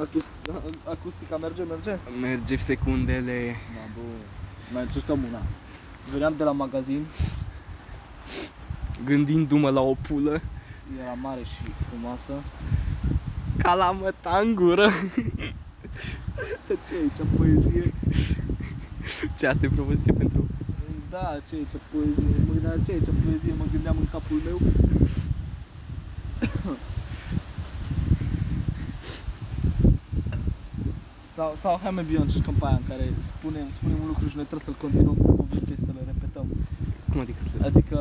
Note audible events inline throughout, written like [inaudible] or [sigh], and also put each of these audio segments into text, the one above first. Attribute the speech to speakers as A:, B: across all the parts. A: Acustica, acustica merge, merge?
B: Merge secundele.
A: Da, bă, mai încercăm una. Veneam de la magazin,
B: Gândindu-mă la o pulă,
A: era mare și frumoasă.
B: ca la măta în gură.
A: Ce e aici, poezie?
B: [laughs] Ce asta e propoziție pentru...
A: Da, ce e aici, poezie? Mă gândeam, ce e aici, poezie? Mă gândeam în capul meu. Sau, sau hai mai bine încercăm pe aia în care spunem, spunem un lucru și noi trebuie să-l continuăm cu cuvinte, să le repetăm.
B: Cum adică să le...
A: Adică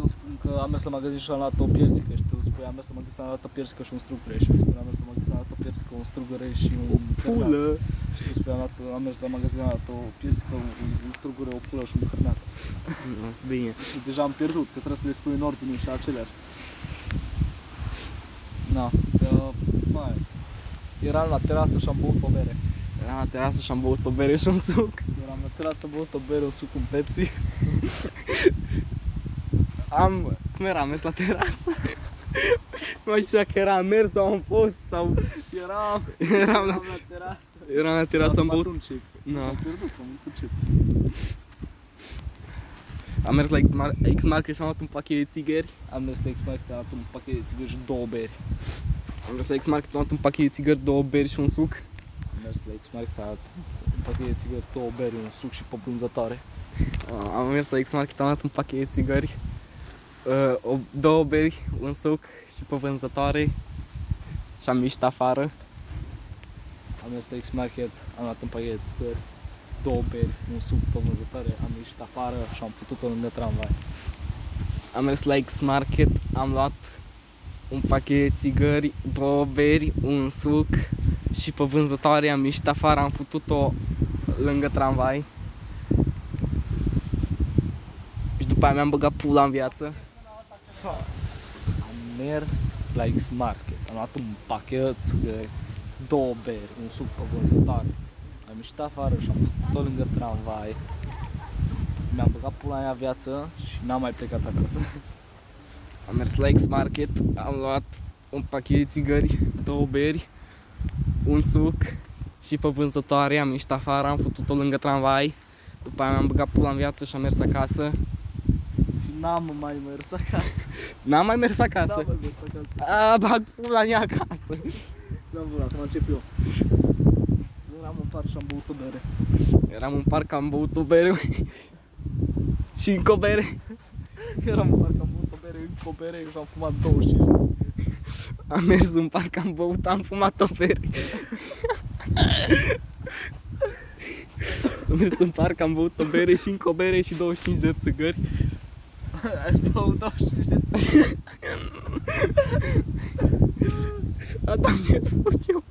A: eu spun că am mers la magazin și am luat o piersică și tu spui am mers la magazin și am luat o piersică și un strugure și eu spun am mers la magazin și am luat o piersică, un strugure și un
B: O
A: cârnaț.
B: pulă.
A: Și tu spui am, luat, am mers la magazin și am luat o piersică, un, un- un strugure, o pulă și un cârnaț.
B: Nu, Bine.
A: Și deja am pierdut, că trebuie să le spui în ordine și aceleași. Na, uh, mai. Eram la terasă și am băut o bere.
B: Eram la terasă și am băut o bere și un suc.
A: Eram la terasă, am băut o bere, un suc, un Pepsi.
B: Am... Cum era? Am mers la terasă? [laughs] Nu mai știu dacă era am mers sau am fost sau...
A: Eram,
B: Eram la-
A: la terasă.
B: Eram la terasă, am
A: Acum
B: băut...
A: Atunci,
B: Na.
A: am pierdut, am întâlcit.
B: Am mers la X-Mar- X-Market și am luat un pachet de țigări.
A: Am mers la X-Market, am luat un pachet de țigări și două beri.
B: Am mers la X-Market, am luat un pachet de țigări, două beri și un suc.
A: Am mers la X-Market, am luat un pachet de țigări, două beri, un suc și pe vânzătoare.
B: Am mers la X-Market, am luat un pachet de țigări, uh, o, două beri, un suc și pe vânzătoare și am ieșit afară.
A: Am mers la X-Market, am luat un pachet de țigări, două beri, un suc pe vânzătoare. Am ieșit afară și am făcut-o lângă tramvai.
B: Am mers la X-Market, am luat un pachet de țigări, două beri, un suc și pe vânzătoare am ieșit afară, am făcut-o lângă tramvai. Și după aia mi-am băgat pula în viață.
A: Am mers la X-Market, am luat un pachet de țigări, două beri, un suc pe vânzătoare. Am ieșit afară și am făcut-o lângă tramvai. Mi-am băgat pula mea în viață și n-am mai plecat acasă. [laughs]
B: Am mers la X-Market, am luat un pachet de țigări, două beri, un suc și pe vânzătoare am ieșit afară, am făcut-o lângă tramvai. După aia mi-am băgat pula în viață și am mers acasă.
A: Și n-am mai mers acasă.
B: N-am mai mers
A: N-am
B: acasă.
A: mai mers Da, acasă.
B: A, bag pula în ea acasă.
A: Da, bun, acum încep eu. Eram în parc și am băut o bere. [laughs]
B: Eram în parc, am băut o bere și încă o bere.
A: Eram în parc, am băut o bere, încă o bere și am fumat 25 de țigări. [laughs]
B: Am mers în parc, am băut, am fumat o bere. am mers în parc, am băut o bere și încă o bere și 25 de țigări.
A: Ai băut 25 de țigări.
B: A, doamne, eu.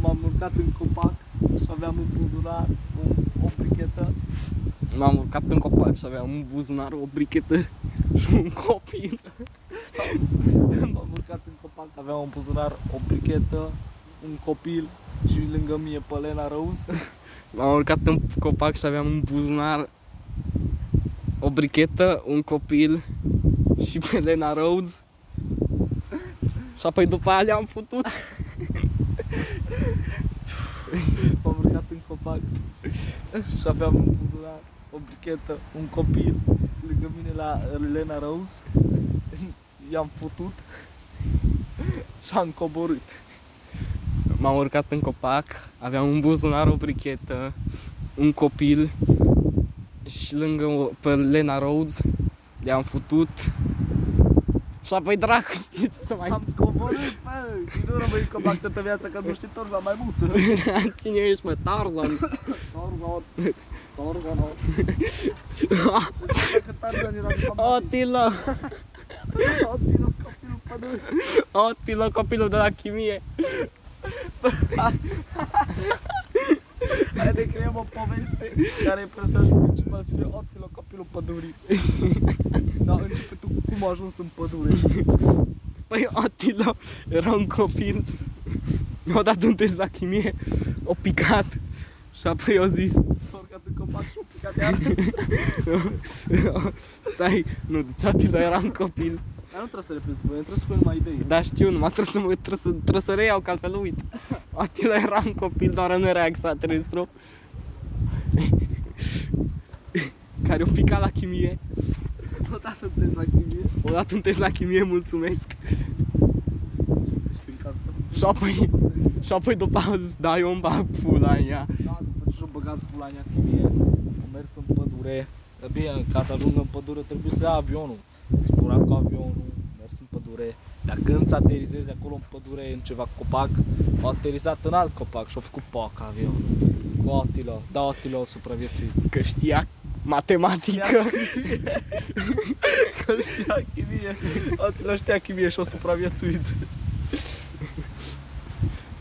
A: M-am urcat în copac și aveam în buzunar o, o brichetă. [laughs]
B: M-am urcat în copac și aveam un buzunar, o brichetă și un copil.
A: M-am urcat în copac, aveam în buzunar o brichetă, un copil și lângă mine pe Lena Rose.
B: M-am urcat în copac și aveam un buzunar, o brichetă, un copil și pe Elena Rhodes. Și apoi după aia le-am putut.
A: M-am urcat în copac [laughs] și aveam în buzunar o brichetă, un copil lângă mine la Lena Rose. [laughs] I-am futut [laughs] și am coborât.
B: M-am urcat în copac, aveam un buzunar, o brichetă, un copil și lângă o- pe Elena Rhodes le-am futut. Și apoi dracu știe ce să mai
A: Am coborât, bă! Și nu rămâi în copac toată viața, că nu știi torci la maimuță.
B: Cine ești, mă, [laughs] Tarzan?
A: Tarzan, Tarzan, o. Dacă Tarzan era de fapt
B: Otilo,
A: Tino, copilul pădurii.
B: Otilo, copilul de la chimie.
A: Hai de creăm o poveste care e presajul principal să fie Otilo, copilul
B: [laughs]
A: pădurii. Da, începe tu cum a ajuns în pădure.
B: Păi Atila era un copil Mi-a dat un test la chimie O picat Și apoi i-a zis [laughs]
A: S-a urcat în copac și o picat de ară.
B: Stai, nu, deci Atila era un copil
A: Dar nu trebuie să reprezi după, trebuie să pui numai idei.
B: Da, știu, numai trebuie să, mă, trebuie să, trebuie să reiau, că altfel uit. Atila era un copil, doar nu era extraterestru. [laughs] Care o pica la chimie.
A: Odată te zachimie
B: Odată un test la chimie, mulțumesc.
A: și prin casă.
B: Și apoi, și apoi după aia zis, da, eu îmi bag pula în ea.
A: Da, după ce și-o băgat pula în ea chimie, am mers în pădure. Dar Bine, ca să ajung în pădure trebuie să ia avionul. Spura cu avionul, mers în pădure. Dar când să aterizezi acolo în pădure, în ceva copac, au aterizat în alt copac și-au făcut poac avionul. Cu Atila, da, Atila a supraviețuit.
B: Că știa matematică.
A: [laughs] Că știa chimie, Atila știa chimie și-a supraviețuit.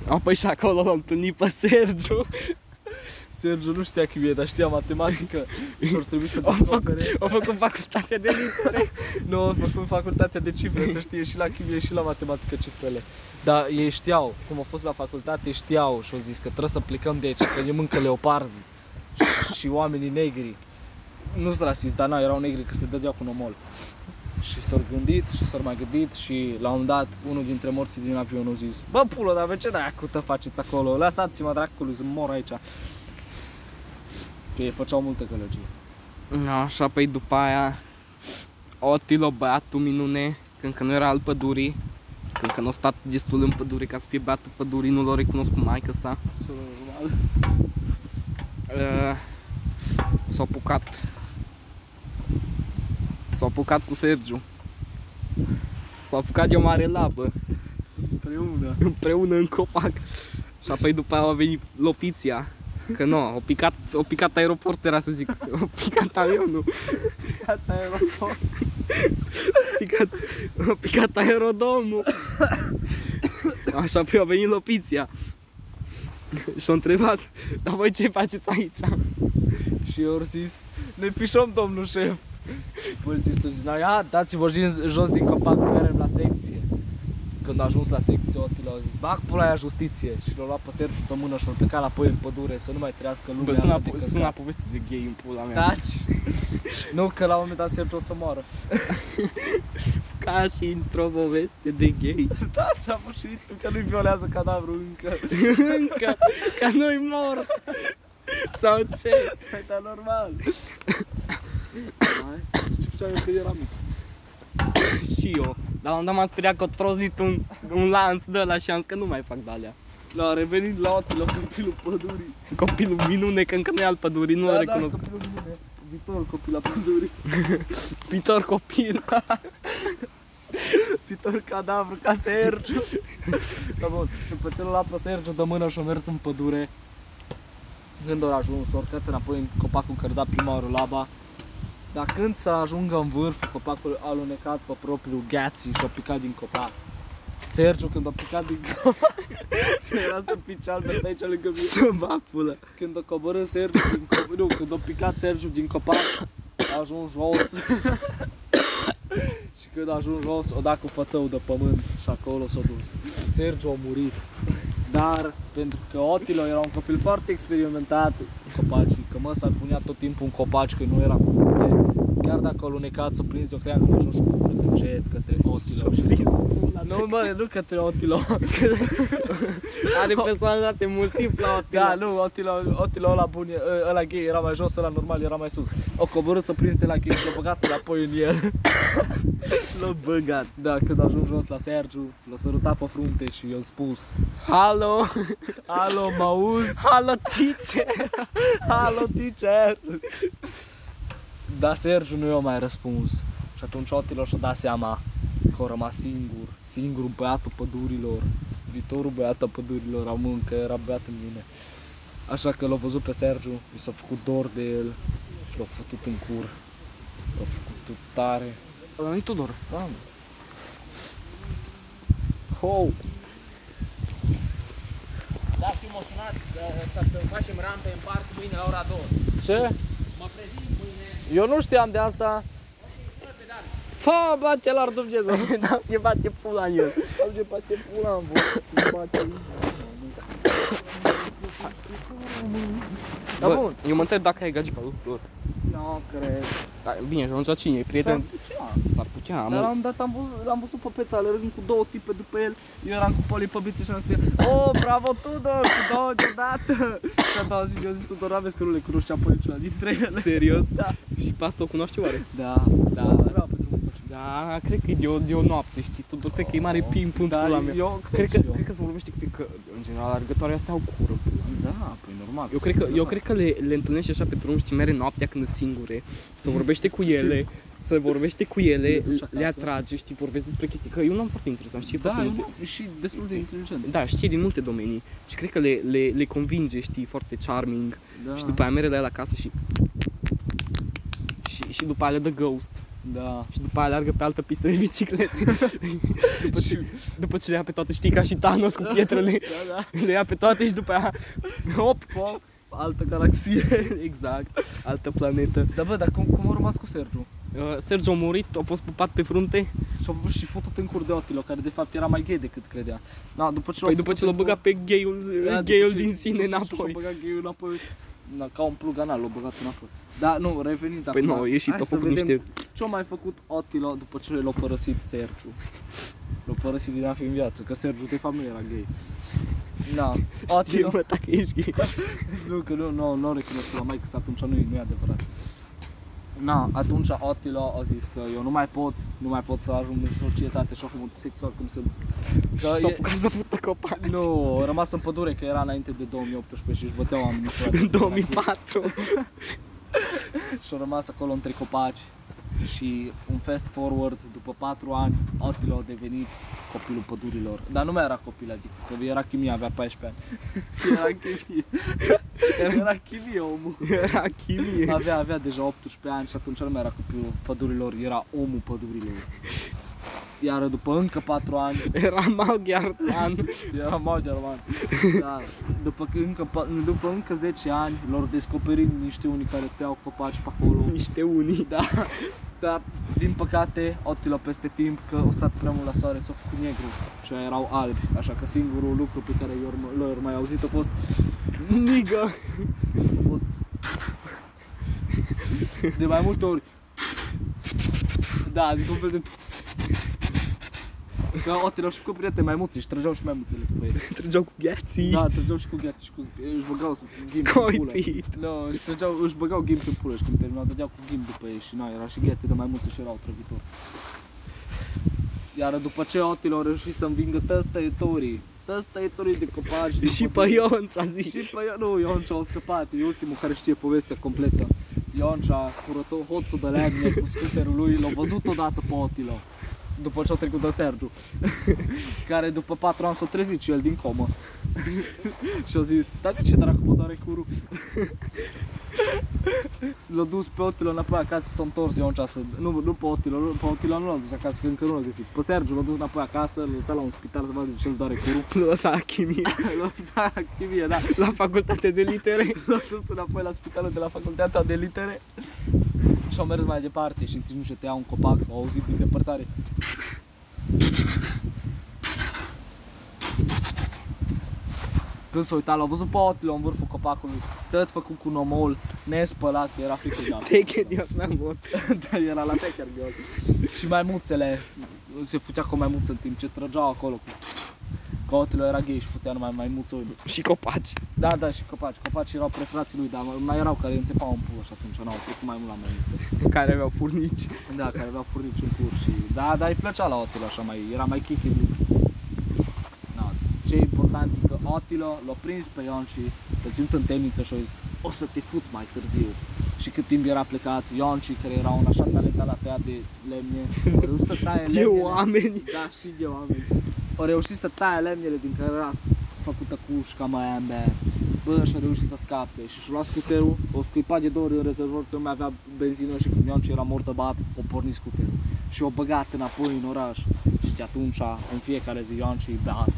B: Apoi și acolo l-am întâlnit pe Sergiu.
A: Sergiu nu știa chimie, dar știa matematică. Și-ar trebui să
B: Au
A: descopere.
B: făcut, au făcut facultatea de litere.
A: Nu, am făcut facultatea de cifre, să știe și la chimie și la matematică cifrele. Dar ei știau, cum au fost la facultate, știau și au zis că trebuie să plecăm de aici, că ne mâncă leoparzi și, și oamenii negri. Nu sunt rasist, dar na, erau negri că se dădeau cu nomol. Și s-au gândit și s-au mai gândit și la un dat unul dintre morții din avion a zis Bă, pulă, dar pe ce dracu te faceți acolo? Lăsați-mă dracului, să mor aici. Că ei făceau multă călăgie.
B: No, și apoi păi după aia Otilo, băiatul minune, când că nu era al pădurii, când că nu a stat destul în pădure ca să fie băiatul pădurii, nu l-a recunoscut maica sa. Uh, s-a apucat. S-a apucat cu Sergiu. S-a apucat de o mare labă,
A: Împreună.
B: împreună în copac. Și apoi după aia a venit lopiția. Că nu, o picat, o picat aeroportul era să zic, o picat avionul.
A: Gata, aeroport.
B: picat, a picat aerodomul. Așa, apoi a venit lopiția. Și-a întrebat, dar voi ce faceți aici?
A: Și eu au zis, ne pișăm, domnul șef. Polițistul zice, ia, dați-vă jos- jos din copac, merem la secție. Când a ajuns la secție, Otile a zis, bag pula aia justiție. Și l-a luat pe Sergiu pe mână și l-a plecat înapoi în pădure, să Da? nu mai trăiască lumea
B: Bă,
A: asta
B: sună,
A: de căcat.
B: sună poveste de gay în pula mea.
A: Taci! nu, că la un moment dat Sergiu o să moară.
B: Ca și într-o poveste de gay. [laughs]
A: da, ce-a mușit, tu că nu-i violează cadavrul încă.
B: Încă, ca noi mor. Sau ce?
A: Păi, dar normal. Hai, ce făceam eu când eram mic?
B: și eu. Dar la un dat m-am speriat că o trozit un, un lanț de la și am zis că nu mai fac de alea.
A: La revenit la Otile, la copilul pădurii.
B: Copilul minune, că încă nu e al pădurii, nu
A: da,
B: l
A: da,
B: recunosc.
A: copilul bine. Viitorul copil la [laughs] pădurii.
B: Viitor copil.
A: Viitor cadavru ca Sergiu. da, bun. După ce l-a luat pe Sergiu de mână și a mers în pădure. Când au ajuns, au urcat înapoi în copacul care da prima oară laba. Dar când să ajungă în vârf, copacul a alunecat pe propriul gheații și a picat din copac. Sergiu când a picat din copac, [laughs] era să pice albert aici lângă mine.
B: Să mă pulă.
A: Când a coborât Sergiu din copac, nu, când a picat Sergiu din copac, a ajuns jos. și când a ajuns jos, o dat cu fățău de pământ și acolo s-a dus. Sergiu a murit. Dar pentru că Otilo era un copil foarte experimentat cu copacii, că mă s-ar punea tot timpul în copaci, că nu era cu minte, chiar dacă a lunecat, s-a prins de o creangă, a ajuns și a coborât încet către Otilo. Și s-a Da, Nu, mă, nu către Otilo.
B: [laughs] Are personalitate multiplă
A: Da,
B: Otila.
A: nu, Otilo, Otilo ăla bun, e- ă, ăla gay era mai jos, ăla normal era mai sus. O coborât, s-o prins de la gay și l-a băgat înapoi în el. [coughs] l-a băgat. Da, când a ajuns jos la Sergiu, l-a sărutat pe frunte și i-a spus
B: Halo,
A: Alo, mă auzi?
B: halo tice.
A: Alo, teacher! Dar Sergiu nu i-a mai răspuns. Și atunci Otilo și-a dat seama că a rămas singur, singurul băiatul pădurilor. Viitorul băiat al pădurilor, am încă era băiat în mine. Așa că l-a văzut pe Sergiu, i s-a făcut dor de el și l-a făcut în cur. L-a făcut tot tare.
B: A venit Tudor.
A: Doamne! Ho!
C: Da, și emoționat uh, ca să facem rampe în parc mâine la ora 2.
A: Ce?
C: Mă prezint mâine.
A: Eu nu știam de asta. Fa, bate la [laughs] Dumnezeu!
B: da, e bate pula în el.
A: Auge, bate pula în voi. Dar bun. Da,
B: eu mă întreb dacă ai gagica lui Tudor.
A: Nu cred.
B: Dar da, bine, și atunci cine e prieten?
A: S-ar putea.
B: S-ar putea,
A: Dar la
B: mă.
A: un dat am văzut, l-am văzut pe peța, alergând cu două tipe după el. Eu eram cu Poli pe bițe și am zis, oh, bravo Tudor, cu două deodată. Și a doua zi, eu zis, Tudor, aveți că nu le cunoștea pe niciuna dintre ele.
B: Serios?
A: Da.
B: Și pe asta o cunoști oare?
A: Da, da, era pe drumul pe cineva.
B: Da, cred că e de o, de o noapte, știi, Tudor, cred că e mare pimp în
A: Da,
B: pula mea.
A: eu cred
B: Cred că,
A: și eu.
B: cred că se vorbește că, că, în general, alergătoarele astea au cură. pula mea.
A: Da, păi normal.
B: Eu cred că, eu cred că le, le întâlnești așa pe drum, știi, mere noaptea când sunt singure, se vorbește cu ele, se vorbește cu
A: Le
B: ele,
A: duci acasă.
B: le atrage, știi, vorbesc despre chestii, că e un om foarte interesant, știi,
A: da,
B: foarte
A: eu
B: multe,
A: nu- și destul de inteligent.
B: da, știe din multe domenii și cred că le, le, le convinge, știi, foarte charming
A: Da.
B: și după aia mere la el acasă și... Și, și după aia le dă ghost
A: Da.
B: Și după aia leargă pe altă pistă de biciclete [laughs] după, ce, după ce le ia pe toate, știi, ca și Thanos cu pietrele
A: [laughs] Da, da.
B: Le ia pe toate și după aia, hop,
A: Pop, altă galaxie. [laughs]
B: exact, altă planetă
A: Da, bă, dar cum, cum a rămas cu Sergiu?
B: Uh, Sergio a murit, a fost pupat pe frunte
A: Și-a făcut și fotut în cur de Otilo, care de fapt era mai gay decât credea. Da, după ce l-a
B: Păi după
A: făcut
B: ce l-a
A: în
B: băgat
A: cur-
B: pe gayul,
A: Da, după
B: gayul
A: ce-
B: din sine
A: Și-a
B: înapoi [laughs]
A: băgat gayul înapoi. Da, ca un plug anal, l-a băgat înapoi. Da, nu, revenind
B: Păi nu, a ieșit,
A: hai
B: a
A: să
B: făcut
A: vedem
B: niște...
A: Ce-a mai făcut Otilo după ce l-a părăsit Sergiu? L-a părăsit din a fi în viață, că Sergiu de fapt nu era gay.
B: [laughs]
A: Da,
B: Știi
A: Otilo,
B: mă, dacă ești
A: Da,
B: gay
A: nu, că nu, nu, nu recunosc la mai că atunci nu e nu e adevărat. Na, atunci Otilo a zis că eu nu mai pot, nu mai pot să ajung în societate și a făcut sexual cum să...
B: Și [laughs] S-a apucat să fută copaci
A: Nu, a rămas în pădure că era înainte de 2018 și își băteau [laughs] oamenii frate.
B: În 2004
A: Și a rămas acolo între copaci și un fast forward după 4 ani Otilo a devenit copilul pădurilor. Dar nu mai era copil, adică că era chimie, avea 14 ani. [laughs] Era chimie. Era chimie omul.
B: Era chimie
A: Avea, avea deja 18 ani și atunci nu mai era copilul pădurilor, era omul pădurilor. Iar după încă 4 ani
B: Era maghiar Dan
A: [laughs] era mau german. Da. După, că încă, pa- după încă 10 ani lor descoperit niște unii care tăiau copaci pe
B: [laughs]
A: acolo.
B: Niște unii
A: Da. Dar din păcate, Otilo peste timp că au stat prea mult la soare, s-au făcut negru și aia erau albi. Așa că singurul lucru pe care i-or, l-or mai auzit a fost
B: Nigă
A: a fost de mai multe ori. Da, adică un fel de Că Otilo și cu prieteni mai mulți și trăgeau și mai mulți după ei.
B: Trăgeau cu gheații
A: Da, trăgeau și cu gheață și cu zbi- își băgau sub ghim în pulă.
B: Scoipit
A: Nu, își, trăgeau, își băgau ghim pe pulă și când terminau, dădeau cu ghim după ei și na, era și gheață, dar mai mulți și erau trăvitori. Iar după ce Otilo a reușit să învingă tăstăietorii, tăstăietorii de copaci din
B: Și pe
A: pădure-
B: Ion ți-a zis
A: Și pe Ion, nu, Ion ce-a scăpat, e ultimul care știe povestea completă. Ion ce-a curătat hoțul de leagne cu scuterul lui, l-a văzut odată pe Otilo. După ce a trecut de Sergiu, [laughs] care după 4 ani s-a trezit și el din comă. [laughs] și a zis, dar de ce dracu mă doare curul? [laughs] l-a dus pe Otilo înapoi acasă, s-a întors Ion să... Nu, nu pe Otilo, nu, pe Otilo nu l-a dus acasă, că încă nu l-a găsit. Pe Sergiu l-a dus înapoi acasă, l-a lăsat la un spital să vadă de ce îl doare curul. [laughs]
B: L-a lăsat la chimie
A: l-a lăsat la chimie, da.
B: La facultate de litere
A: [laughs] L-am dus înapoi la spitalul de la facultatea de litere și am mers mai departe și nici nu știu, tăia un copac, au auzit din depărtare. Când s-a uitat, l-a văzut pe Otilo în vârful copacului, tot făcut cu nomol, nespălat, era frică de altă.
B: Take it, eu n-am mort
A: [laughs] Da, era la techer gheol. Și maimuțele, se futea cu maimuță în timp ce trăgeau acolo. Cu... Că Otilo era gay și futea numai maimuță
B: Și copaci
A: da, da, și copaci. Copaci erau prefrații lui, dar mai erau care înțepau în pur și atunci n-au trecut mai mult la mărință.
B: Care aveau furnici
A: Da, care aveau furnici în pur și... Da, dar îi plăcea la Otilo așa mai... Era mai chichi lui. Da, ce e important e că Otilo l-a prins pe Ion și l-a ținut în temniță și a zis O să te fut mai târziu. Și cât timp era plecat, Ion și care era un așa talentat la tăiat de lemne, a reușit să taie
B: De
A: lemnele.
B: oameni
A: Da, și de oameni. Au reușit să taie lemnele din care era făcută cușca mai aia mea. Bă, și a reușit să scape și și-a luat scuterul, o scuipat de două ori în rezervor, că nu mai avea benzină și când ce era mort de bat, o pornit scuterul. Și o băgat înapoi în oraș. Și de atunci, în fiecare zi, Ioan și beat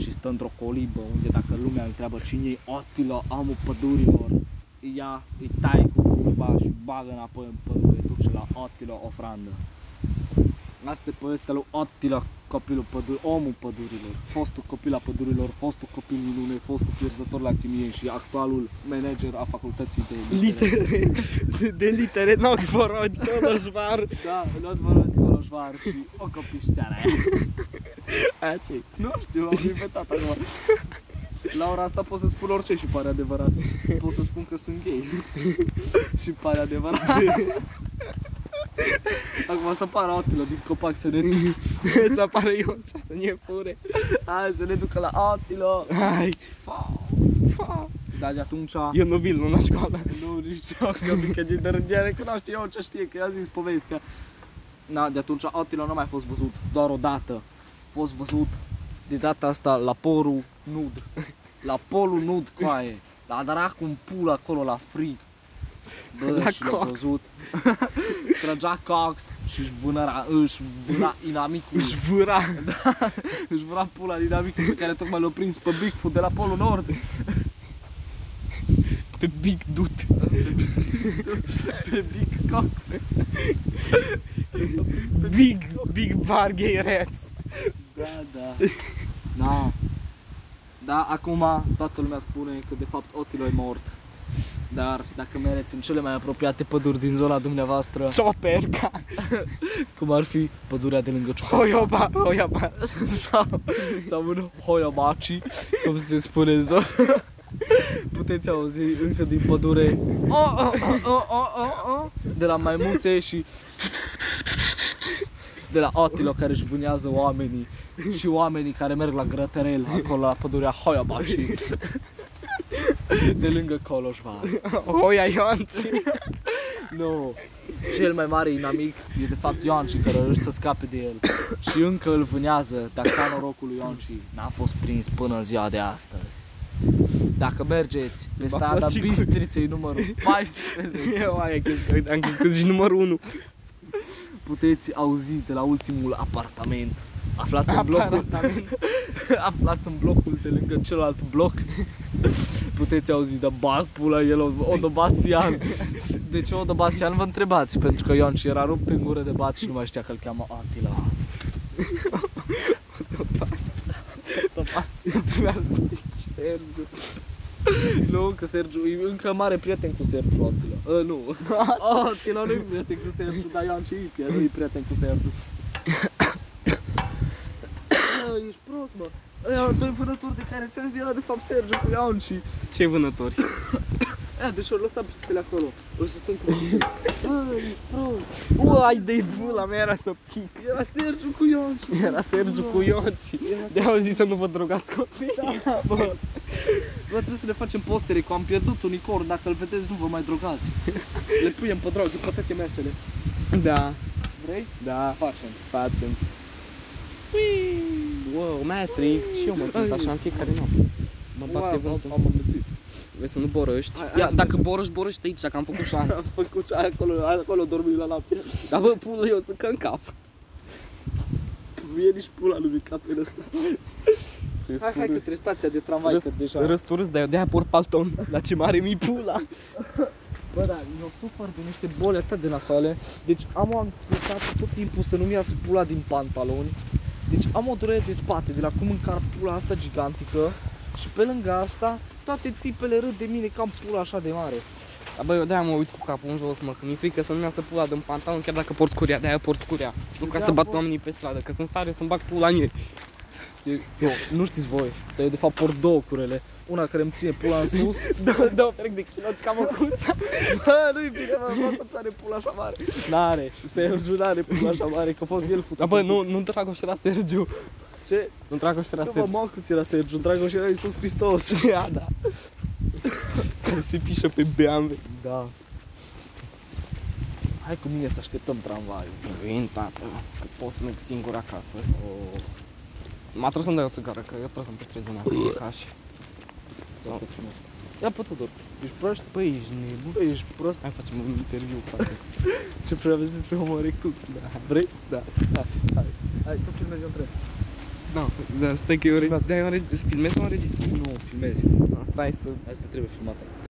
A: și stă într-o colibă unde dacă lumea îl întreabă cine e Otilo, omul pădurilor, ia, îi tai cu cușba și bagă înapoi în pădure, duce la Otilo ofrandă. Asta e povestea lui Attila, copilul pădur, omul pădurilor, fostul copil a pădurilor, fostul copil minune, fostul pierzător la chimie și actualul manager a facultății de litere.
B: Litere, de litere, n-au vorbit, coloșvar.
A: Da, luat vorbat Coloșvar și o copișteară aia.
B: Aia ce
A: Nu știu, am inventat acum. La ora asta pot să spun orice și pare adevărat. Pot să spun că sunt gay. și pare adevărat. Acum să pară Attila din copac să ne,
B: [laughs] Să apară eu ce să ne fure.
A: hai, să ne ducă la Attila.
B: Hai,
A: Fau.
B: fa.
A: Dar de atunci...
B: Eu nu bil, nu la școală.
A: Nu, nici ce că mică din dărângere, cunoaște eu ce știe, că i-a zis povestea. Na, de atunci Attila nu a mai fost văzut, doar o dată. A fost văzut de data asta la porul nud. La polul nud, coaie. La dracu un pul acolo, la frig. Bă,
B: La
A: și l-a
B: cox.
A: văzut. [laughs] Trăgea cox și își vânăra, își vâra inamicul. Da.
B: Își vâra.
A: [laughs] Își vâra pula inamicul pe care tocmai l-a prins pe Bigfoot de la polul nord.
B: Pe big dut.
A: Pe Big Cox.
B: Big, big bar gay raps.
A: Da, da. Da. Da, acum toată lumea spune că de fapt Otilo e mort. Dar dacă mereți în cele mai apropiate păduri din zona dumneavoastră,
B: Cioperca.
A: cum ar fi pădurea de lângă Ciohoia
B: Hoioba, hoioba.
A: sau, sau în Hoiomaci, cum se spune în zonă, [laughs] puteți auzi încă din pădure oh, oh, oh, oh, oh, oh, oh, de la maimuțe și de la Atilo care își vânează oamenii și oamenii care merg la grătărel acolo la pădurea Hoiomaci de lângă Coloșvar.
B: Hoia Ionci.
A: Nu. Cel mai mare inamic e de fapt Ioanci care reușește să scape de el și încă îl vânează, dar ca norocul lui Ionci n-a fost prins până în ziua de astăzi. Dacă mergeți pe
B: va
A: strada
B: face cu-
A: Bistriței numărul 14,
B: Eu ai crezut, am crezut că zici numărul 1.
A: puteți auzi de la ultimul apartament aflat în blocul
B: da,
A: [laughs] aflat în blocul de lângă celălalt bloc [laughs] puteți auzi de bag pula el Odobasian de ce Odobasian vă întrebați pentru că Ioan și era rupt în gură de bat și nu mai știa că îl cheamă Attila Odobasian
B: Trebuia să zici Sergiu.
A: nu că Sergiu e încă mare prieten cu Sergiu Attila uh, nu Attila nu e prieten cu Sergiu dar Ioan și e prieten, e prieten cu Sergiu Bă, ești prost, mă. Ăia, doi vânători de care ți-am zis era de fapt Sergiu cu Ioan și...
B: Ce vânători?
A: Ea, deci o lăsa pixele acolo. O să stăm cu pixele. Bă, ești prost. Bă, ai de
B: Vula mea era să pic.
A: Era Sergiu cu Ioan și...
B: Era Sergiu cu Ionci.
A: Era-
B: De-au zis să nu vă drogați copii.
A: Da, bă. Bă, trebuie să le facem postere cu am pierdut un icon, dacă îl vedeți nu vă mai drogați. Le punem pe drog, pe toate mesele.
B: Da,
A: Vrei?
B: da,
A: Facem.
B: facem. Wow, Matrix, și eu mă simt așa în fiecare noapte. Mă bate vântul.
A: Am amețit.
B: Vrei să nu borăști?
A: Hai, hai
B: Ia,
A: să
B: dacă
A: mergem.
B: borăști, borăști aici, că am făcut
A: Am
B: șans.
A: făcut ce- acolo, acolo dormi la noapte.
B: Dar bă, pulă, eu sunt că în cap.
A: Mie nici pula nu mi cap în ăsta. Hai, hai că trebuie stația de tramvai, că deja...
B: Răsturâs, dar eu de-aia port palton. [laughs] La ce mare mi pula.
A: Bă, da, eu sufăr de niște boli atât de nasoale. Deci am o anxietate tot timpul să nu-mi iasă pula din pantaloni. Deci am o durere de spate de la cum încar pula asta gigantică. Și pe lângă asta, toate tipele râd de mine că am pula așa de mare.
B: Dar bă, eu de-aia mă uit cu capul în jos, mă, că mi-e frică să nu-mi iasă pula din pantalon, chiar dacă port curia, de-aia port curia. Nu ca
A: Da,
B: să bat
A: bă.
B: oamenii pe stradă, că sunt stare să-mi bag pula [laughs] în ei.
A: Eu, eu nu știți voi, dar eu de fapt port două curele. Una care îmi ține pula în [laughs] sus.
B: Da, da, o perechi de chiloți ca măcuța.
A: Bă, nu-i bine, mă, mă, are pula așa mare. N-are, Sergiu n-are pula așa mare, că a fost el făcut.
B: Dar bă, nu, nu Dragoș era Sergiu.
A: Ce?
B: Nu Dragoș era
A: Nu mă,
B: Sergiu.
A: mă, cât era Sergiu, Dragoș era Iisus Hristos. [laughs]
B: Ia, da. Care se pișă pe BMW.
A: Da. Hai cu mine să așteptăm tramvaiul.
B: Vin, tata, că pot să merg singur acasă. O...
A: Oh,
B: M-a trebuit să-mi dai o țigară, că eu trebuie să-mi petrez în asta, ca și. Sau...
A: Ia pe Tudor, ești prost?
B: Păi, ești nebun?
A: Bă, ești prost?
B: Hai facem un interviu, frate.
A: Ce prea vezi despre Homo erectus? Da. Vrei? Da. Hai, hai. Hai, tu filmezi eu între.
B: Da, da, stai că eu é re...
A: Filmează.
B: de-aia eu înre- filmez sau înregistrez?
A: Nu, filmezi.
B: Stai să...
A: Asta trebuie filmată.